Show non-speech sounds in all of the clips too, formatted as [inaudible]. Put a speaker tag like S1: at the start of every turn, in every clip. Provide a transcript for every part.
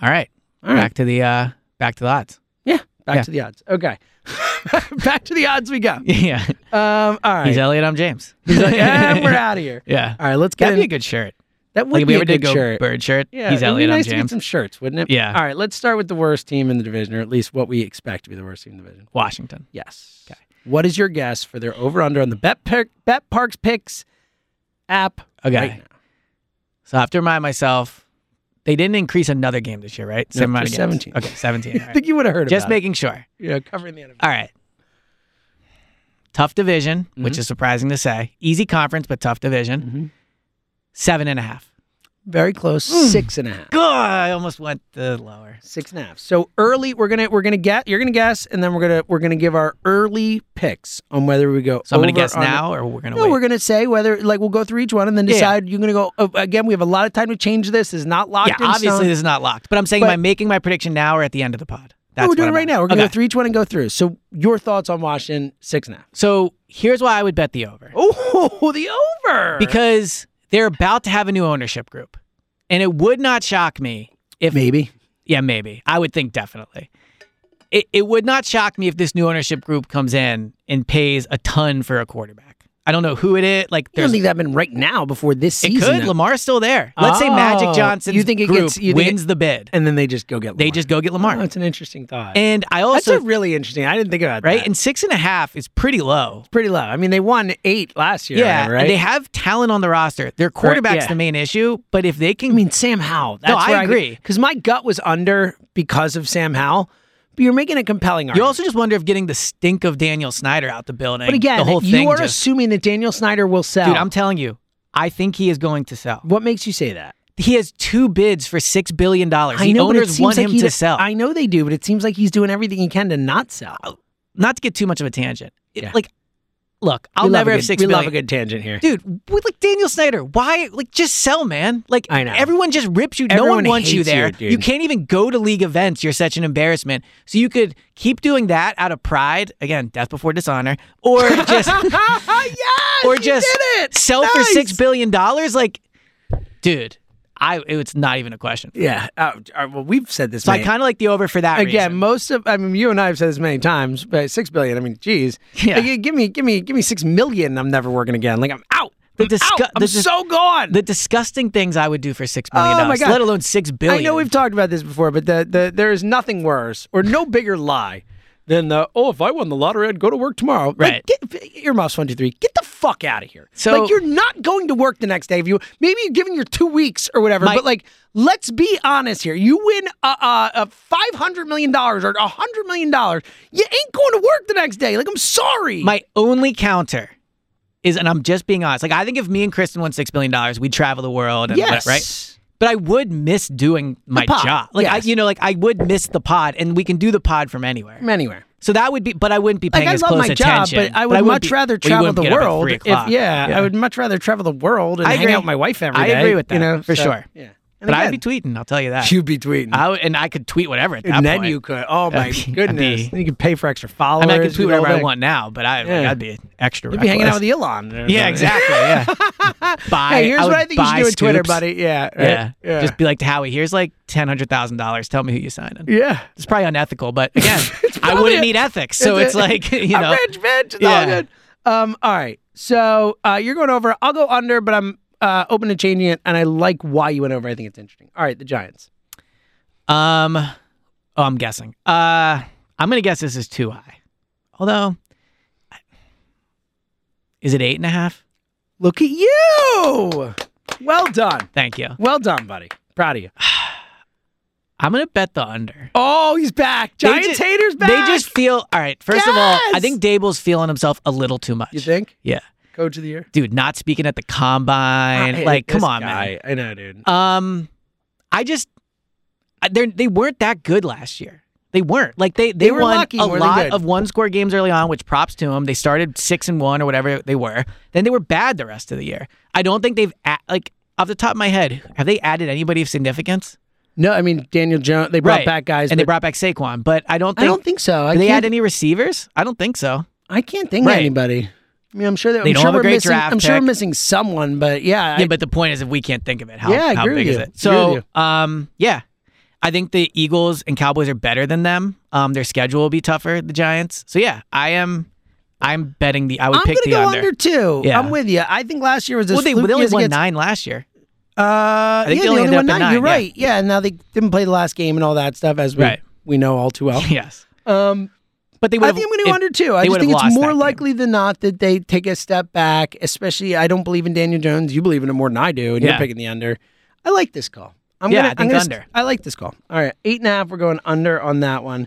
S1: All right.
S2: All right.
S1: Back to the uh back to the odds. [laughs]
S2: Yeah. Back
S1: Yeah.
S2: to the odds. Okay. [laughs] back to the odds we go. Um,
S1: Yeah.
S2: all right.
S1: He's Elliot, I'm
S2: [laughs]
S1: James.
S2: He's
S1: [laughs]
S2: like, "Eh, we're out of here.
S1: Yeah.
S2: All right, let's get
S1: That'd be
S2: in-
S1: a good shirt.
S2: That would
S1: Like if
S2: be
S1: we
S2: a
S1: ever
S2: good
S1: did go
S2: shirt.
S1: bird shirt.
S2: Yeah,
S1: he's
S2: it'd be
S1: Elliot,
S2: nice
S1: I'm
S2: to get
S1: James.
S2: some shirts, wouldn't it?
S1: Yeah.
S2: All right, let's start with the worst team in the division, or at least what we expect to be the worst team in the division.
S1: Washington.
S2: Yes.
S1: Okay.
S2: What is your guess for their over under on the Bet, Pick, Bet Parks Picks app?
S1: Okay.
S2: Right now?
S1: So I have to remind myself, they didn't increase another game this year, right?
S2: No,
S1: amount
S2: just
S1: of games.
S2: 17.
S1: Okay, 17. All
S2: I
S1: right.
S2: think [laughs] you would have heard
S1: Just
S2: about
S1: making sure.
S2: it. Yeah, covering the NFL.
S1: All right. Tough division,
S2: Mm-hmm.
S1: which is surprising to say. Easy conference, but tough division.
S2: Mhm.
S1: Seven and a half.
S2: Very close.
S1: Mm.
S2: Six and a half.
S1: Good. I almost went the lower.
S2: Six and a half. So early, we're gonna we're gonna get you're gonna guess, and then we're gonna we're gonna give our early picks on whether we go.
S1: So I'm gonna
S2: over
S1: guess
S2: on the-
S1: now, or we're gonna
S2: No,
S1: wait.
S2: we're gonna say whether like we'll go through each one and then
S1: Yeah.
S2: decide. You're gonna go oh, again. We have a lot of time to change this. Is not locked.
S1: yeah,
S2: in
S1: obviously
S2: stone.
S1: this is not locked, but I'm saying
S2: But-
S1: am I making my prediction now or at the end of the pod?
S2: No, we're
S1: what
S2: doing it
S1: I'm
S2: right
S1: at.
S2: now. We're gonna
S1: Okay.
S2: go through each one and go through. So your thoughts on Washington six and a half?
S1: So here's why I would bet the over. [laughs]
S2: Oh, the over
S1: Because they're about to have a new ownership group. And it would not shock me if
S2: maybe
S1: Yeah, maybe. I would think definitely. It it would not shock me if this new ownership group comes in and pays a ton for a quarterback. I don't know who it is. Like
S2: you don't
S1: there's
S2: think that been right now before this
S1: it
S2: season.
S1: could.
S2: though.
S1: Lamar's still there. Let's say
S2: Oh,
S1: Magic Johnson
S2: you think it
S1: group
S2: gets- you think it-
S1: wins the bid.
S2: and then they just go get.
S1: They
S2: Lamar.
S1: just go get
S2: Oh,
S1: Lamar.
S2: that's an interesting thought.
S1: and I
S2: that's
S1: also
S2: a really interesting. I didn't think about
S1: right?
S2: that.
S1: And six and a half is pretty low.
S2: pretty low. I mean, they won eight last year.
S1: Yeah,
S2: whatever, right.
S1: and they have talent on the roster. Their quarterback's
S2: yeah.
S1: the main issue, but if they can,
S2: I mean, Sam Howell. That's
S1: I
S2: where
S1: agree.
S2: Because my gut was under because of Sam Howell, but you're making a compelling argument.
S1: you also just wonder if getting the stink of Daniel Snyder out the building.
S2: but again,
S1: the whole
S2: you
S1: thing
S2: are
S1: just,
S2: assuming that Daniel Snyder will sell.
S1: dude. I'm telling you, I think he is going to sell.
S2: what makes you say that?
S1: He has two bids for six billion dollars.
S2: I
S1: The
S2: know, but it
S1: owners
S2: seems
S1: want
S2: like
S1: him
S2: he
S1: to
S2: does-
S1: sell.
S2: I know they do, but it seems like he's doing everything he can to not sell.
S1: Not to get too much of a tangent. It-
S2: Yeah.
S1: Like, look, I'll
S2: We love
S1: never
S2: a
S1: have
S2: good-
S1: six
S2: We
S1: billion.
S2: love a good tangent here. [laughs]
S1: dude. With like Daniel Snyder, why? Like, just sell, man. Like,
S2: I know.
S1: everyone just rips you. no
S2: Everyone
S1: one wants you
S2: hates you,
S1: there.
S2: dude.
S1: can't even go to league events. You're such an embarrassment. So you could keep doing that out of pride. Again, death before dishonor,
S2: [laughs]
S1: or just
S2: yes,
S1: or
S2: you
S1: just
S2: did it.
S1: sell for
S2: Nice.
S1: six billion dollars. Like, dude, I it's not even a question.
S2: Yeah. Uh, all right, well, we've said this.
S1: So I
S2: many-
S1: kind of like the over for that
S2: again,
S1: reason.
S2: most of I mean, you and I have said this many times, but six billion. I mean, geez,
S1: Yeah.
S2: Like, give me, give me, give me six million. I'm never working again. Like I'm out.
S1: The
S2: I'm
S1: disgu-
S2: out. I'm
S1: the dis-
S2: so gone.
S1: the disgusting things I would do for six million
S2: Oh my
S1: dollars,
S2: God.
S1: let alone six billion.
S2: I know we've talked about this before, but the, the there is nothing worse or no bigger lie than the oh, if I won the lottery, I'd go to work tomorrow.
S1: Right.
S2: Like, get, earmuffs one two three. Get the fuck out of here.
S1: So-
S2: like you're not going to work the next day. If you maybe you're giving your two weeks or whatever,
S1: My-
S2: but like let's be honest here. You win a, a, a five hundred million dollars or a hundred million dollars, you ain't going to work the next day. Like I'm sorry.
S1: My only counter is, and I'm just being honest. Like I think if me and Kristen won six billion dollars, we'd travel the world. And
S2: yes.
S1: right. But I would miss doing my
S2: pod,
S1: job. Like I,
S2: yes.
S1: you know, like I would miss the pod, and we can do the pod from anywhere.
S2: From anywhere.
S1: So that would be, but I wouldn't be paying
S2: Like I
S1: as
S2: love
S1: close
S2: my job,
S1: attention.
S2: but I would
S1: wouldn't
S2: much
S1: be-
S2: rather
S1: well, you
S2: travel
S1: wouldn't
S2: the
S1: get up at
S2: world.
S1: three
S2: if-
S1: o'clock.
S2: yeah, I would much rather travel the world and
S1: I
S2: hang
S1: agree.
S2: out with my wife every
S1: I
S2: day.
S1: agree with that
S2: you know,
S1: for
S2: so,
S1: sure.
S2: Yeah, And
S1: But I'd
S2: again,
S1: be tweeting. I'll tell you that.
S2: You'd be tweeting.
S1: I would, and I could tweet whatever at that
S2: and then
S1: point.
S2: you could. Oh
S1: That'd
S2: my
S1: be- that'd
S2: goodness!
S1: be-
S2: you could pay for extra followers.
S1: I mean, I could tweet
S2: you know,
S1: whatever I
S2: like-
S1: want now, but I, like,
S2: Yeah.
S1: I'd be extra.
S2: You'd be hanging out with
S1: reckless.
S2: Elon.
S1: [laughs]
S2: or
S1: Yeah,
S2: something.
S1: exactly. Yeah. buy.
S2: [laughs] Hey, here's
S1: I
S2: what
S1: would
S2: I think you should
S1: buy
S2: do on Twitter,
S1: scoops.
S2: buddy. Yeah, right.
S1: Yeah.
S2: yeah.
S1: Just be like to Howie. Here's like ten hundred thousand dollars. Tell me who you signed. on.
S2: yeah.
S1: It's probably unethical, but
S2: [laughs]
S1: again, I
S2: probably-
S1: wouldn't need ethics, so it's,
S2: it's a-
S1: like [laughs] you know.
S2: I'm rich, bitch. It's all
S1: Yeah.
S2: good. Um, all right. So uh, you're going over. I'll go under, but I'm uh, open to changing it, and I like why you went over. I think it's interesting. All right, the Giants.
S1: Um, oh, I'm guessing. Uh, I'm gonna guess this is too high. Although, I- is it eight and a half?
S2: Look at you. Well done.
S1: Thank you.
S2: Well done, buddy. Proud of you.
S1: I'm gonna bet the under.
S2: Oh, he's back.
S1: They
S2: Giants
S1: ju-
S2: haters back.
S1: They just feel all right. First of all, I
S2: Yes!
S1: think Dable's feeling himself a little too much.
S2: You think?
S1: Yeah,
S2: Coach of the year.
S1: dude, not speaking at the combine.
S2: I-
S1: like, come
S2: this
S1: on, man.
S2: guy. I know, dude.
S1: Um, I just they they weren't that good last year. They weren't like they they,
S2: They were
S1: won
S2: lucky
S1: a
S2: more than
S1: lot
S2: good.
S1: of one score games early on, which props to them. They started six and one or whatever they were. Then they were bad the rest of the year. I don't think they've a- like off the top of my head have they added anybody of significance?
S2: No, I mean Daniel Jones. They brought
S1: Right.
S2: back guys,
S1: and they
S2: but
S1: brought back Saquon, but I don't think
S2: I don't think so. I
S1: do they
S2: can't
S1: add any receivers? I don't think so.
S2: I can't think
S1: Right.
S2: of anybody. I mean, I'm sure that
S1: They
S2: I'm
S1: don't
S2: sure
S1: have a
S2: we're
S1: great
S2: missing.
S1: draft
S2: I'm sure we're
S1: pick.
S2: missing someone, but yeah,
S1: yeah,
S2: I-
S1: but the point is, if we can't think of it, how,
S2: Yeah, I
S1: how
S2: agree
S1: big
S2: with
S1: is
S2: you.
S1: it?
S2: Agree
S1: So,
S2: with
S1: um, yeah, I think the Eagles and Cowboys are better than them. Um, their schedule will be tougher. The Giants. So yeah, I am. I'm betting the. I would
S2: I'm
S1: pick
S2: gonna
S1: the
S2: go
S1: under.
S2: under two.
S1: [laughs] Yeah.
S2: I'm with you. I think last year was a
S1: well, they,
S2: fluke
S1: they only
S2: year
S1: won
S2: against-
S1: nine last year.
S2: Uh,
S1: think they
S2: yeah, the
S1: only
S2: only
S1: ended
S2: one
S1: up at
S2: nine. You're
S1: nine, yeah.
S2: right. Yeah, now they didn't play the last game and all that stuff, as we
S1: Right.
S2: we know all
S1: [laughs]
S2: too well.
S1: yes,
S2: Um,
S1: but they would.
S2: I think I'm gonna go under two. I
S1: they
S2: just
S1: would've
S2: think it's
S1: lost
S2: more
S1: that game.
S2: likely than not that they take a step back. Especially, I don't believe in Daniel Jones. You believe in him more than I do, and you're
S1: Yeah.
S2: picking the under. I like this call. I'm
S1: Yeah,
S2: gonna,
S1: I
S2: I'm
S1: think
S2: gonna-
S1: under.
S2: I like this call. All right, eight and a half. We're going under on that one.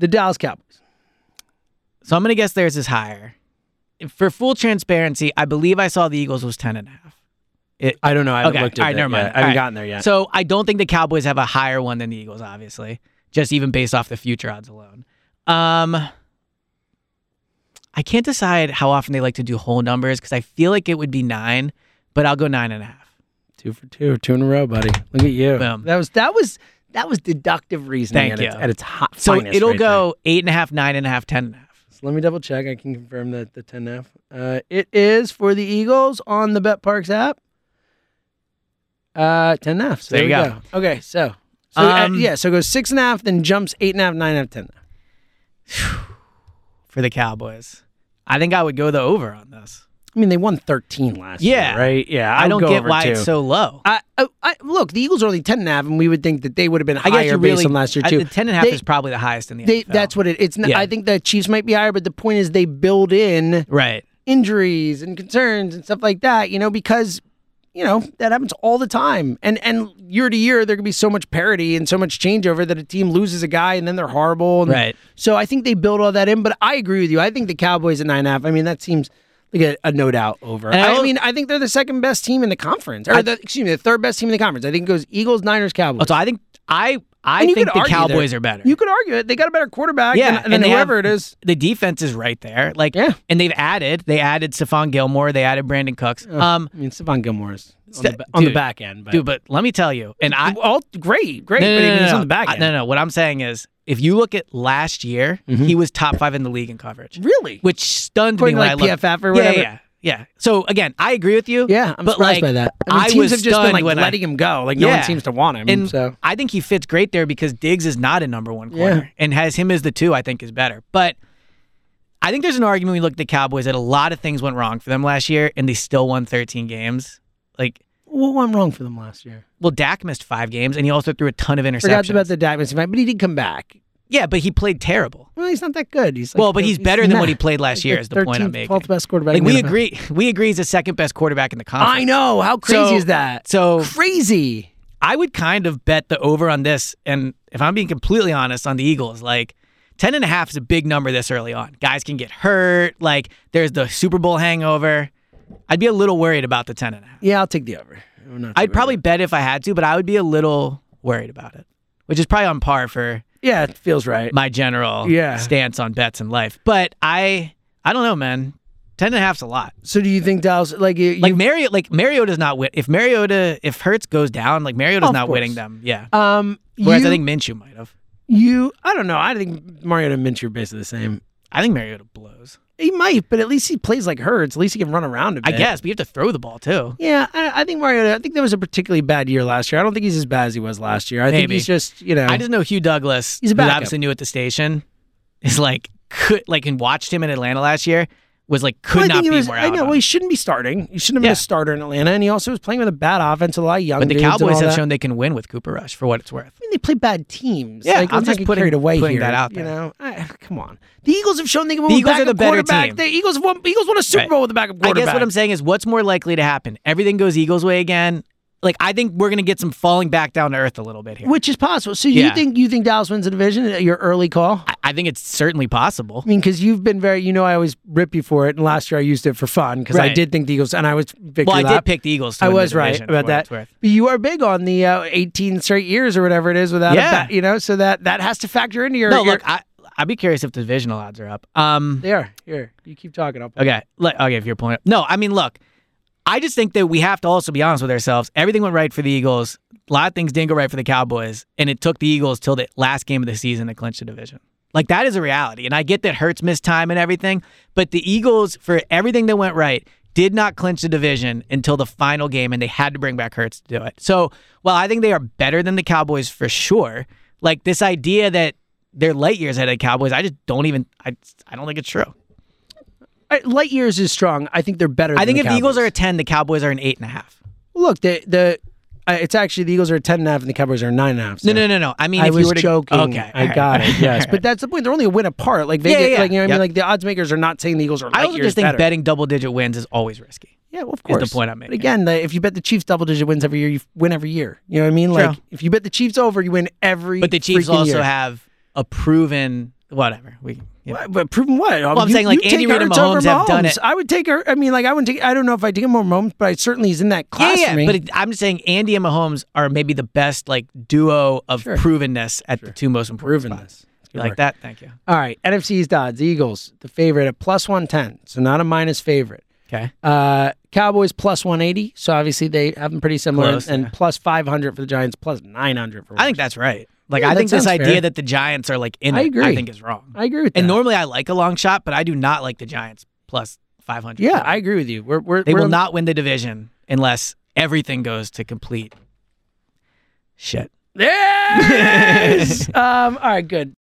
S2: The Dallas Cowboys.
S1: So I'm gonna guess theirs is higher. For full transparency, I believe I saw the Eagles was ten and a half. It,
S2: I don't know. I haven't
S1: Okay.
S2: looked at
S1: All right,
S2: that
S1: never
S2: yet.
S1: mind.
S2: I haven't
S1: All right.
S2: gotten there yet.
S1: So I don't think the Cowboys have a higher one than the Eagles, obviously, just even based off the future odds alone. Um, I can't decide how often they like to do whole numbers because I feel like it would be nine, but I'll go nine and a half.
S2: two for two, two in a row, buddy. Look at you.
S1: Boom.
S2: That was that was that was deductive reasoning
S1: Thank
S2: at, Its,
S1: you.
S2: at its hot.
S1: So
S2: finest
S1: it'll
S2: right
S1: go eight and a half, nine and a half, ten and a half.
S2: there. So let me double check. I can confirm that the ten F. Uh, it is for the Eagles on the Bet Parks app. Uh, ten and a half. So
S1: There you
S2: we
S1: go.
S2: Okay, so. So uh,
S1: Um,
S2: yeah, so it goes six and a half, then jumps eight and a half, nine and a half, ten. and a half.
S1: for the Cowboys. I think I would go the over on this.
S2: I mean, they won thirteen last
S1: Yeah.
S2: year, right? Yeah,
S1: I,
S2: would
S1: don't
S2: go
S1: get
S2: over
S1: why
S2: two.
S1: it's so low.
S2: I, I, I look, the Eagles are only ten and a half, and we would think that they would have been
S1: I
S2: higher
S1: guess you
S2: based
S1: really
S2: on last year
S1: I-
S2: too.
S1: the ten and a half
S2: They-
S1: is probably the highest in the
S2: They,
S1: NFL.
S2: that's what it. It's. Not,
S1: Yeah.
S2: I think the Chiefs might be higher, but the point is they build in
S1: right.
S2: injuries and concerns and stuff like that. You know, because you know that happens all the time, and and year to year there can be so much parity and so much changeover that a team loses a guy and then they're horrible. And
S1: Right.
S2: So I think they build all that in, but I agree with you. I think the Cowboys at nine and a half. I mean, that seems. Like a, a no doubt over.
S1: And I
S2: I,
S1: al-
S2: mean, I think they're the second best team in the conference, or the, excuse me, the third best team in the conference. I think it goes Eagles, Niners, Cowboys.
S1: So I think I I
S2: And you
S1: think
S2: could
S1: the
S2: argue that-
S1: Cowboys are better.
S2: You could argue it. They got a better quarterback
S1: Yeah,
S2: than, than
S1: and they
S2: whoever
S1: have-
S2: it is.
S1: the defense is right there. Like,
S2: Yeah.
S1: and they've added, they added Stephon Gilmore, they added Brandon Cooks. Um,
S2: I mean, Stephon Gilmore is on,
S1: Ste-
S2: the, ba- on the
S1: dude,
S2: back end, but,
S1: dude, but let me tell you, and I,
S2: all great, great,
S1: no, no,
S2: but
S1: no, no,
S2: he's
S1: no.
S2: on the back
S1: I-
S2: end.
S1: no, no, what I'm saying is, if you look at last year, he was top five in the league in coverage,
S2: Really?
S1: which stunned
S2: Mm-hmm. According
S1: me when
S2: to
S1: I looked.
S2: like PFF or
S1: Yeah,
S2: whatever.
S1: Yeah, yeah, yeah. So again, I agree with you.
S2: Yeah, I'm
S1: but
S2: surprised
S1: like,
S2: by that. I, mean,
S1: I
S2: teams
S1: was
S2: have just been
S1: stunned
S2: like
S1: when I-
S2: letting him go. Like no one
S1: Yeah.
S2: seems to want him.
S1: And
S2: Mm, so
S1: I think he fits great there because Diggs is not a number one corner and has him as the two, I think is better. But I think there's an argument we look at the Cowboys that a lot of things went wrong for them last year and they still won 13 games. Like,
S2: what went wrong for them last year?
S1: well, Dak missed five games and he also threw a ton of interceptions.
S2: Forgot about the Diamonds fight, but he did come back.
S1: Yeah, but he played terrible.
S2: Well, he's not that good. He's like
S1: Well, but
S2: the-
S1: he's better than
S2: not.
S1: what he played last
S2: He's
S1: year
S2: like
S1: is the point I'm
S2: 13th,
S1: making.
S2: 12th best quarterback.
S1: Like
S2: in
S1: we
S2: the NFL.
S1: agree, we agree he's the second best quarterback in the conference.
S2: I know. How crazy
S1: So-
S2: is that?
S1: so-
S2: crazy.
S1: I would kind of bet the over on this, and if I'm being completely honest, on the Eagles, like ten and a half is a big number this early on. Guys can get hurt. Like there's the Super Bowl hangover. I'd be a little worried about the ten and a half.
S2: Yeah, I'll take the over. I'm not
S1: I'd
S2: too
S1: probably
S2: worried.
S1: bet if I had to, but I would be a little worried about it, which is probably on par for
S2: Yeah, it feels right.
S1: my general
S2: Yeah.
S1: stance on bets in life. But I, I don't know, man. Ten and a half's a lot.
S2: So do you think Dallas like you,
S1: Like Mario, like Mariota's not win. If Mariota, if Hertz goes down, like Mariota's
S2: Of
S1: not
S2: course.
S1: winning them. Yeah.
S2: you um
S1: Whereas
S2: you,
S1: I think Minshew might have.
S2: you I don't know. I think Mario and Minch are basically the same.
S1: I think Mariota blows.
S2: He might, but at least he plays like Hurts. At least he can run around a
S1: I
S2: bit.
S1: guess, but you have to throw the ball too.
S2: Yeah, I, I think Mariota. I think that was a particularly bad year last year. I don't think he's as bad as he was last year. I think
S1: Maybe.
S2: he's just you know.
S1: I just know Hugh Douglas,
S2: He's a
S1: who's
S2: backup.
S1: obviously new at the station, is like could like and watched him in Atlanta last year was like could
S2: Well, I
S1: not
S2: think
S1: be
S2: he was,
S1: more out.
S2: I know.
S1: on
S2: Well,
S1: him.
S2: he shouldn't be starting. He shouldn't have been
S1: Yeah.
S2: a starter in Atlanta, and he also was playing with a bad offense, a lot of young.
S1: but the
S2: dudes and
S1: Cowboys
S2: all
S1: have
S2: that.
S1: shown they can win with Cooper Rush for what it's worth.
S2: I mean, they play bad teams.
S1: Yeah,
S2: like,
S1: I'm
S2: let's not
S1: just
S2: get
S1: putting-
S2: carried away
S1: putting
S2: here,
S1: that out
S2: You
S1: there.
S2: know, I, come on. The Eagles have shown they can win
S1: The
S2: with
S1: Eagles are
S2: backup
S1: the better
S2: quarterback.
S1: team.
S2: The Eagles have won. Eagles won a Super
S1: Right.
S2: Bowl with a backup
S1: I
S2: quarterback.
S1: guess what I'm saying is what's more likely to happen? Everything goes Eagles way again. Like I think we're gonna get some falling back down to earth a little bit here.
S2: which is possible. So you
S1: Yeah.
S2: think you think Dallas wins the division? Your early call.
S1: I- I think it's certainly possible.
S2: I mean, because you've been very, you know, I always rip you for it, and last year I used it for fun because I
S1: Right.
S2: did think the Eagles, and I was victory
S1: Well, I
S2: lap.
S1: did pick the Eagles. To
S2: I
S1: win the
S2: was right
S1: division,
S2: about
S1: for what it's
S2: that.
S1: worth.
S2: But you are big on the uh, 18 straight years or whatever it is without a
S1: Yeah.
S2: bat, you know, so that that has to factor into your.
S1: No,
S2: your-
S1: look, I I'd be curious if the divisional odds are up. Um,
S2: they are here. You keep talking. I'll
S1: Okay. Look, I'll give your point. No, I mean, look, I just think that we have to also be honest with ourselves. Everything went right for the Eagles. A lot of things didn't go right for the Cowboys, and it took the Eagles till the last game of the season to clinch the division. Like that is a reality, and I get that Hurts missed time and everything, but the Eagles for everything that went right did not clinch the division until the final game, and they had to bring back Hurts to do it. So while I think they are better than the Cowboys for sure, like this idea that they're light years ahead of the Cowboys, I just don't even I I don't think it's true.
S2: I, light years is strong. I think they're better.
S1: I
S2: than
S1: think
S2: the
S1: if the Eagles are
S2: Cowboys.
S1: a ten, the Cowboys are an eight and a half.
S2: look, the the uh, it's actually the Eagles are a ten and a half and the Cowboys are a nine and a half.
S1: No,
S2: so-
S1: no, no, no. I mean,
S2: I
S1: if
S2: was
S1: you were to,
S2: joking.
S1: okay,
S2: I
S1: all [laughs]
S2: got
S1: right.
S2: it. Yes, but that's the point. They're only a win apart. Like they
S1: Yeah,
S2: get,
S1: yeah,
S2: like you know, what
S1: yeah.
S2: I mean, like the odds makers are not saying the Eagles are.
S1: I
S2: light
S1: also
S2: years
S1: just think
S2: better.
S1: betting double digit wins is always risky.
S2: Yeah, well, of
S1: is the
S2: course.
S1: point I'm
S2: But
S1: making.
S2: again, the, if you bet the Chiefs double digit wins every year, you f- win every year. You know what I mean?
S1: True.
S2: Like if you bet the Chiefs over, you win every.
S1: But the Chiefs
S2: freaking
S1: also
S2: year.
S1: have a proven whatever. We you know.
S2: What? But proven what? Well,
S1: I'm saying, like, Andy Reid and Mahomes have done it.
S2: I would take her. I mean, like I wouldn't take. I don't know if I take him over Mahomes, but I certainly is in that
S1: yeah,
S2: class.
S1: yeah.
S2: for me.
S1: But it, I'm just saying Andy and Mahomes are maybe the best like duo of
S2: Sure.
S1: provenness at the two most important spots.
S2: provenness.
S1: You
S2: Good
S1: like
S2: work.
S1: that? Thank you.
S2: All right, NFC's odds: Eagles, the favorite at plus one ten, so not a minus favorite.
S1: Okay.
S2: Uh, Cowboys plus one eighty, so obviously they have them pretty similar,
S1: Close,
S2: and
S1: yeah.
S2: plus five hundred for the Giants, plus nine hundred for.
S1: I think
S2: Washington.
S1: that's right. Like
S2: Yeah,
S1: I
S2: that
S1: think this
S2: sounds
S1: idea
S2: fair.
S1: that the Giants are like in
S2: I
S1: it, I
S2: agree.
S1: think is wrong.
S2: I agree with that.
S1: and normally I like a long shot, but I do not like the Giants plus five hundred.
S2: yeah, I agree with you. We're we're
S1: They
S2: we're
S1: will
S2: on-
S1: not win the division unless everything goes to complete shit. [laughs]
S2: Yes! um, all right, good.